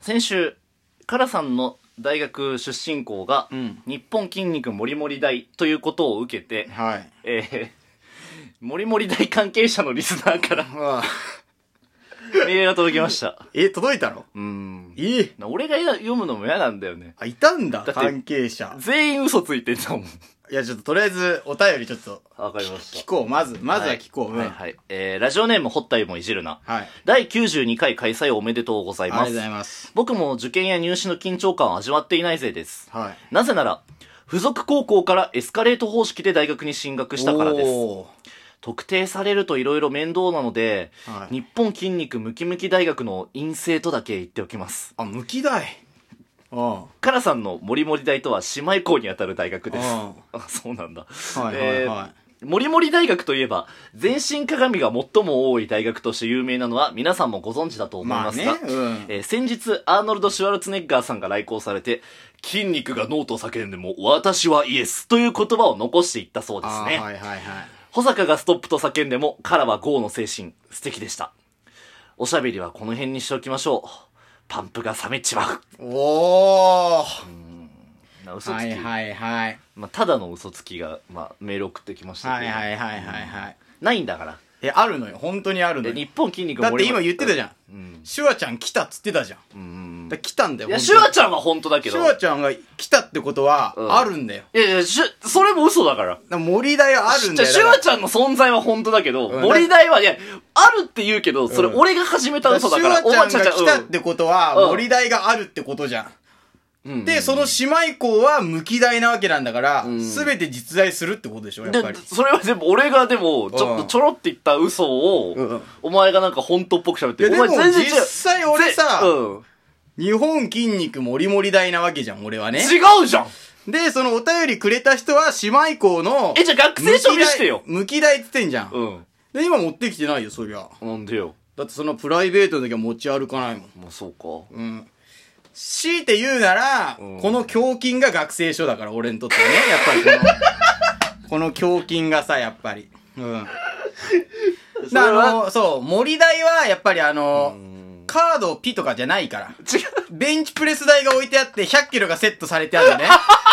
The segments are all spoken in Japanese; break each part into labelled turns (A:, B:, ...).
A: 先週カラさんの大学出身校が、
B: うん
A: 日本筋肉もりもり大ということを受けて、
B: はい
A: えー、もりもり大関係者のリスナーから
B: ああ
A: メールが届きました。
B: え届いたの
A: うん。
B: いい
A: な俺が読むのも嫌なんだよね。
B: あいたんだ
A: だって
B: 関係者
A: 全員嘘ついてんだもん。
B: いやちょっととりあえずお便りちょっと
A: わかりまし
B: 聞
A: た。
B: こうまずまずは聞こううん
A: はい、はい。えー、ラジオネームほったりもいじるな。
B: はい
A: 第92回開催おめでとうござ
B: あ
A: い
B: りが
A: ま
B: とう
A: す。
B: ございます
A: 僕も受験や入試の緊張感を味わっていないぜです。
B: はい
A: なぜなら、付属高校からエスカレート方式で大学に進学したからです。
B: お
A: 特定されると色々面倒なので、
B: ーはい
A: 日本筋肉ムキムキ大学の陰性とだけ言っておきます。
B: あ向き大あ
A: カラさんのモリモリ大とは姉妹校にあたる大学です。
B: あ
A: あ、そうなんだ。
B: あはいはいは
A: モリモリ大学といえば、全身鏡が最も多い大学として有名なのは皆さんもご存知だと
B: い
A: 思い
B: ま
A: ま
B: あ
A: す
B: ね
A: が、
B: うん
A: えー先日、アーノルド・シュワルツェネッガーさんが来校されて、筋肉がノーと叫んでも、私はイエスという言葉を残していったそうです
B: あ
A: ね。
B: ーはいはいはい
A: 保坂がストップと叫んでも、カラはゴーの精神、素敵でした。おしゃべりはこの辺にしておきましょう。パンプが冷めちまう。
B: おお
A: な嘘つき、
B: はいはいはい
A: まあ、ただの嘘つきが、まあ、メール送ってきました
B: は
A: け
B: い
A: ど、
B: はいはいはいはい
A: ないんだから。
B: えあるのよ本当にあるの
A: で
B: よ
A: 日本筋肉
B: だって今言ってたじ
A: ゃ
B: ゃん
A: ん。うん。
B: シュワちゃん来たっつってたじゃん
A: うんうん
B: だから来たんだよ
A: いや、
B: 本
A: シ
B: 当
A: ュ
B: に
A: ワちゃんは本当だけど。
B: シュワちゃんが来たってことは、
A: うん
B: あるんだよ。
A: いやいや、シュ、それも嘘だから。
B: だから森田屋あるん
A: じゃ
B: だよ。
A: あシュワち
B: ゃ
A: ゃんの存在は本当だけど、
B: うん
A: 森大は、いや、あるって言うけど、それ
B: うん
A: 俺が始めた嘘だ
B: シュ
A: か
B: ワ
A: ら、
B: ちゃんが来たっ
A: う
B: てことは、
A: うん
B: 森田屋があるってことじゃん。
A: うん
B: で、その姉妹校は無期大なわけなんだから
A: ん、
B: すべ、て実在するってことでしょ、やっぱ
A: で
B: り。、
A: それはでも、俺がでも、ちょっと
B: うん
A: ちょろって言った嘘を、
B: うん
A: お前がなんか本当っぽく喋っ
B: い
A: て
B: や、
A: る。
B: で
A: お
B: も
A: 前全然違う。
B: 実際俺さ、
A: うん
B: 日本筋肉森森大なわけじゃん、俺はね。
A: 違うじゃん
B: で、そのお便りくれた人は姉妹校の、
A: え、じゃあ学生証見してよ。
B: 無期大って言ってんじゃん,、
A: うん。
B: で、今持ってきてないよ、そりゃ。
A: なんでよ。
B: だってそのプライベートの時は持ち歩かないもん。
A: まあ、そうか。
B: うん。強いて言うなら、
A: うん
B: この胸筋が学生証だから、俺にとってはね。 やっぱりこの、こ の胸筋がさ、やっぱり。 うん。だあの、そう、森大は、やっぱりあの、カードをピとかじゃないから。
A: 違う。
B: ベンチプレス台が置いてあって、100キロがセットされてあ るのね。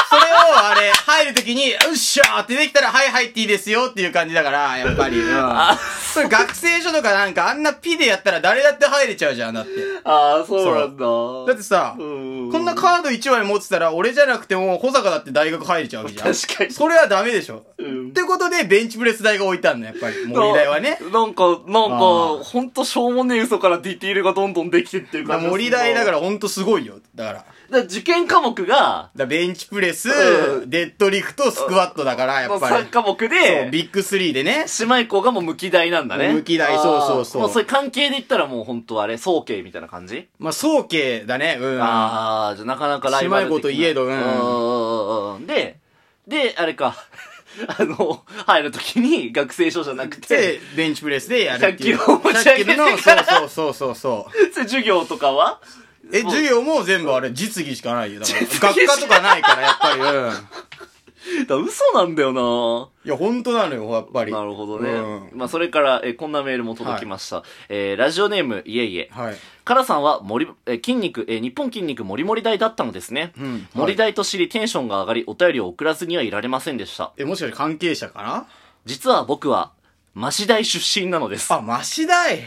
B: それを、あれ、入るときに、うっしゃーってできたら、はい入っていいですよっていう感じだから、やっぱり。うん
A: あ、
B: それ学生証とかなんか、あんなピでやったら誰だって入れちゃうじゃん、だって。
A: ああ、そうなんだ。
B: だってさ、
A: うん
B: こんなカード1枚持ってたら、俺じゃなくても、保坂だって大学入れちゃうわけじゃん。
A: 確かに
B: それはダメでしょ。
A: うん
B: ってことで、ベンチプレス台が置いてあるの、やっぱり。森台はね。
A: なんか、なんか
B: あ、
A: ほんとしょうもねえ嘘からディティールがどんどんできてっていう
B: だか
A: 感じが
B: ら
A: す
B: 森
A: るな
B: 台だから、ほんとすごいよ。だから。だか
A: だから受験科目が、
B: らベンチプレス、
A: う
B: デッドリフト、スクワットだから、やっぱ
A: 3
B: り。
A: 科目
B: そう、
A: で、
B: ビッグスリーでね。
A: 姉妹校がもう無期大なんだね。
B: 無期大
A: あー
B: そうそうそう
A: もうそれ関係で言ったらもうほんとあれ、総計みたいな感じ
B: まあ、総計だね。うん。
A: ああ、じゃあなかなかライバル的な。
B: 姉妹校といえど
A: う
B: うんん
A: うんうん。で、で、あれか。 あの、入るときに学生証じゃなくて
B: で、、ベンチプレスでやるっていう。
A: 100キロを持ち上げてから
B: 100キロの、そうそうそうそうそう。
A: それ授業とかは
B: え、授業も全部あれ、実技しかないよ。だから、学科とかないから、やっぱり、うん。
A: だから嘘なんだよない
B: や、本当なのよ、やっぱり。
A: なるほどね。
B: うん
A: まあ、それから、えーこんなメールも届きました。えーラジオネーム、いえいえ。
B: はい。
A: カラさんは、もり、えー筋肉、えー日本筋肉もりもり大だったのですね。
B: うんはい
A: もり大と知りテンションが上がり、お便りを送らずにはいられませんでした。
B: え、もしかして関係者かな
A: 実は僕は、マシ大出身なのです。あ、
B: あ、マシだい。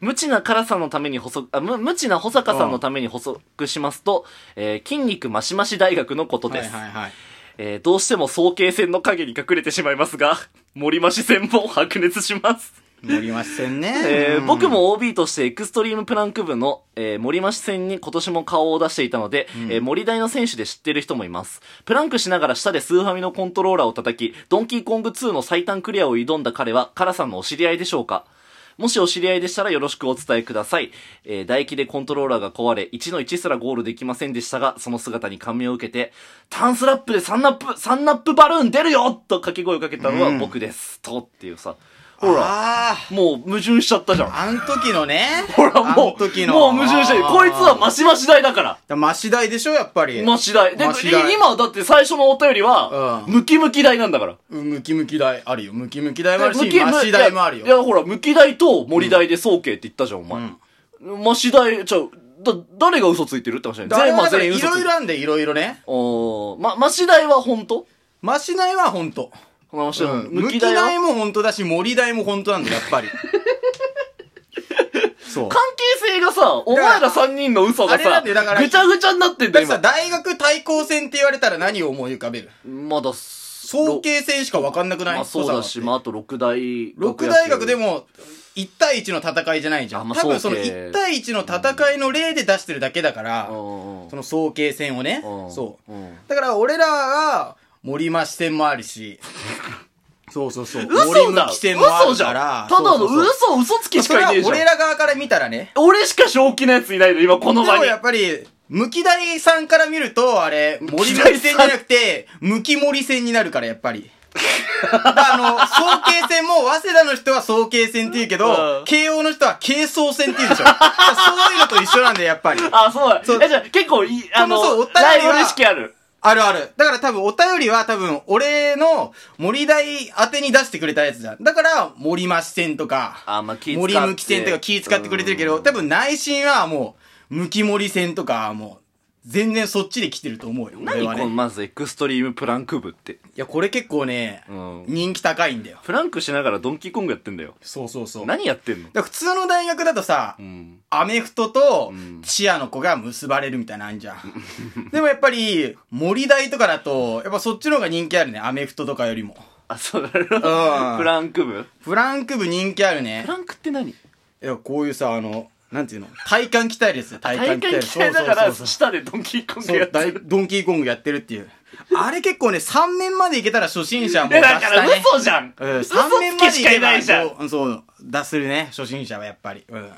A: 無知なカラさんのために補足、あ、無無知な保坂さんのために補足しますと、えー筋肉マシマシ大学のこと
B: は
A: で
B: い
A: す。
B: はいはい。
A: えーどうしても総計戦の影に隠れてしまいますが、森増し戦も白熱します。
B: 森増線ね。
A: えー
B: うん
A: 僕。も OB としてエクストリームプランク部の、えー森増戦に今年も顔を出していたので、えー森大の選手で知ってる人もいます。プランクしながら下でスーファミのコントローラーを叩き、ドンキーコング2の最短クリアを挑んだ彼は、カラさんのお知り合いでしょうかもしお知り合いでしたらよろしくお伝えください。えー唾液でコントローラーが壊れ、1の1すらゴールできませんでしたが、その姿に感銘を受けて、ターンスラップで3ナップ、3ナップバルーン出るよと掛け声をかけたのは僕です。と、っていうさ。ほら。
B: あ
A: もう矛盾しちゃったじゃん
B: あ。。あん時のね。
A: ほらもう、
B: あん時の。
A: もう矛盾してる。こいつはマ
B: シ。
A: シマシ大だから。
B: マシ大でしょ、やっぱり。
A: マシ大。で、
B: マシ大
A: い今だって最初のお便りは、
B: う
A: ムキムキ大なんだから。
B: うんムキムキ大あるよ。ムキムキ大もある
A: ム
B: し、
A: キム
B: マシ大もある
A: いや、い
B: よ。
A: やほら、ムキ大と森大で総計って言ったじゃん、お前。マシ大、ちゃう、だ、誰が嘘ついてるって話じゃない
B: 誰
A: 全員、ま
B: も
A: あ
B: だから
A: 全員
B: い
A: 嘘つい
B: ろ
A: て
B: い
A: る
B: ろ。あんで、いろいろね。
A: おーま、マシダイは本当
B: マシナイは本当。
A: このマシ
B: う
A: ダイ。
B: ん。
A: 抜
B: 向
A: き
B: き
A: ダイは
B: 台も本当だし、森台も本当なんだよ、やっぱ り。そう。
A: 関係性がさ、お前ら3人の嘘が
B: あれな
A: さ、
B: んだよだから
A: ぐちゃぐちゃになってんだ
B: だ
A: よ、
B: ってさ、
A: 今。
B: 大学対抗戦って言われたら何を思い浮かべる
A: まだ、
B: 総計戦しか分かんなくない
A: まあそうだし、まああと6大
B: 6大学で
A: も。
B: も、1対1の戦いじゃないじゃ
A: あ
B: ん。
A: まあ
B: 多分その
A: 総計
B: 1対1の戦いの例で出してるだけだから、
A: うんうん
B: その総計戦をね。
A: うん
B: そう。
A: うん。
B: だから俺らが、森増戦もあ るし、そうそうそう。
A: 嘘
B: 森
A: だ
B: 向き戦もあ
A: 嘘
B: る
A: じゃ
B: か
A: ん
B: ら
A: た、だの
B: そうそうそう
A: 嘘、嘘つきし
B: それ
A: か
B: はい
A: ねえじゃん。
B: 俺ら側から見たらね。
A: 俺しか正気なやついないの、今こ
B: で
A: の場
B: も
A: に。
B: やっぱり、向き大さんから見ると、あれ、森森戦じゃなく て、向き森戦になるから、やっぱり。だからあの、総慶戦も、早稲田の人は総慶戦って言うけ
A: う
B: ど
A: ん、
B: 慶応の人は慶総戦って言うでしょ。だから そういうのと一緒なんだよ、やっぱり。
A: あ、そうだ。
B: そう
A: え、じゃあ結構いい、あの
B: このそうお、便りは
A: ライバル意識ある。
B: あるある。だから多分、お便りは多分、俺の森大宛てに出してくれたやつじゃん。だから、森増戦とか。
A: あ、まあ気使って
B: 森向き戦とか気使ってくれてるけど、
A: うん
B: 多分内心はもう、向き森戦とか、もう、全然そっちで来てると思うよ。
A: 何
B: 俺は
A: この、
B: ね。
A: まずエクストリームプランク部って。
B: いや、これ結構ね、
A: うん
B: 人気高いんだよ。
A: プランクしながらドンキーコングやってんだよ。
B: そうそうそう。だか
A: 何やってんの
B: ら普通の大学だとさ、
A: うん。
B: アメフトと
A: うん
B: チアの子が結ばれるみたいなのあんじゃん。でもやっぱり、森大とかだと、やっぱそっちの方が人気あるね。アメフトとかよりも。
A: あ、そうだろ。
B: ん
A: プランク部
B: フランク部人気あるね
A: プ。ランクって何
B: いや、こういうさ、あの、なんていうの体幹鍛えるやつだよ体
A: 体
B: 幹
A: 幹
B: 鍛える。
A: 嫌いだか
B: そう
A: ら、
B: そうそう
A: 下でドンキーコング
B: そ
A: や
B: う
A: っ、て
B: 大
A: る。
B: ドンキーコングやってるっていう。あれ結構ね、3面までいけたら初心者はもう
A: え、
B: 出
A: だ
B: し
A: か
B: た
A: ら
B: ね。
A: 嘘じゃん
B: うん、
A: 嘘つ
B: 3面ま
A: き
B: で
A: し
B: い
A: かい
B: け
A: ないじゃん
B: ばそう、そう、出するね、初心者はやっぱり。うん。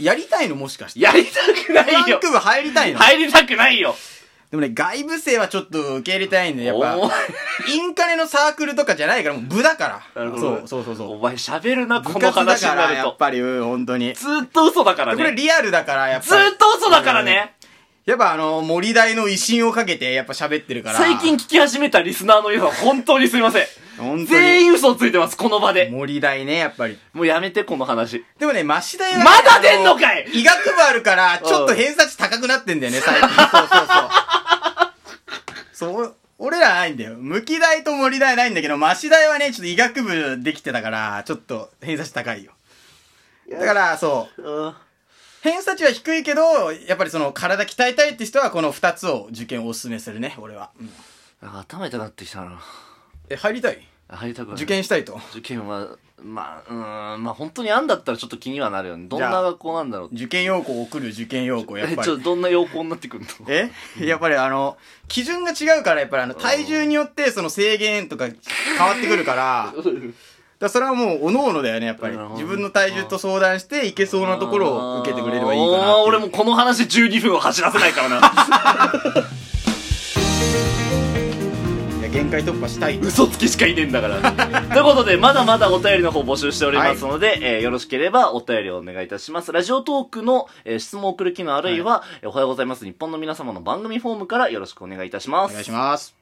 B: やりたいのもしかして。
A: やりたく
B: フ
A: な
B: ラ
A: いよ
B: ンク部入りたいの、
A: 入りたくないよ
B: でもね、外部生はちょっと受け入れたいんで、やっぱ
A: お、
B: インカレのサークルとかじゃないから、もう部だから。そう、そうそうそ
A: お
B: う。
A: 前喋るな、こ
B: 部
A: の
B: 活だ
A: 話に
B: か
A: な
B: ら、
A: る
B: やっ
A: と。
B: ぱり、うん、本当に。
A: ずっと嘘だから
B: これ
A: ね。
B: リアルだから、やっ
A: ず
B: ぱり。
A: っと嘘だからね。
B: やっぱあの、森大の威信をかけて、やっぱ喋ってるから。
A: 最近聞き始めたリスナーの皆さん、本当にすいません。
B: 本当に。
A: 全員嘘をついてます、この場で。
B: 森大ね、やっぱり。
A: もうやめて、この話。
B: でもね、マシ大は、
A: まだ出んのかい
B: あ医学部あるから、ちょっと偏差値高くなってんだよね、最近。そうそうそう。そう、俺らないんだよ。無機大と森大ないんだけど、マシ大はね、ちょっと医学部できてたから、ちょっと偏差値高いよ。だから、そう。
A: うん。
B: 偏差値は低いけど、やっぱりその、体鍛えたいって人は、この二つを受験をお勧めするね、俺は。うん
A: 頭痛くなってきたな。
B: え、入りたい
A: 入りたくない。
B: 受験したいと。
A: 受験は、まあ、うーん、まあ本当にあんだったらちょっと気にはなるよね。どんな
B: じゃあ
A: 学校なんだろうって
B: 受験要項送る受験要項、やっ
A: え、
B: ぱ
A: ちょ、
B: り。
A: どんな要項になってくるの
B: えやっぱりあの、基準が違うから、やっぱりあの、体重によってその制限とか変わってくるから、だからそれはもう、おののだよね、やっぱり
A: なる。ほど
B: 自分の体重と相談して、いけそうなところを受けてくれればいいかなって
A: あー
B: いう。
A: 俺もこの話12分を走らせない からな。
B: いや限界突破したい。
A: 嘘つきしかいねえんだから。ということで、まだまだお便りの方募集しておりますので、えーよろしければお便りをお願いいたします。ラジオトークの、えー質問を送る機能あるいは、えーおはようございます日本の皆様の番組フォームからよろしくお願いいたしま
B: お
A: す。
B: 願いします。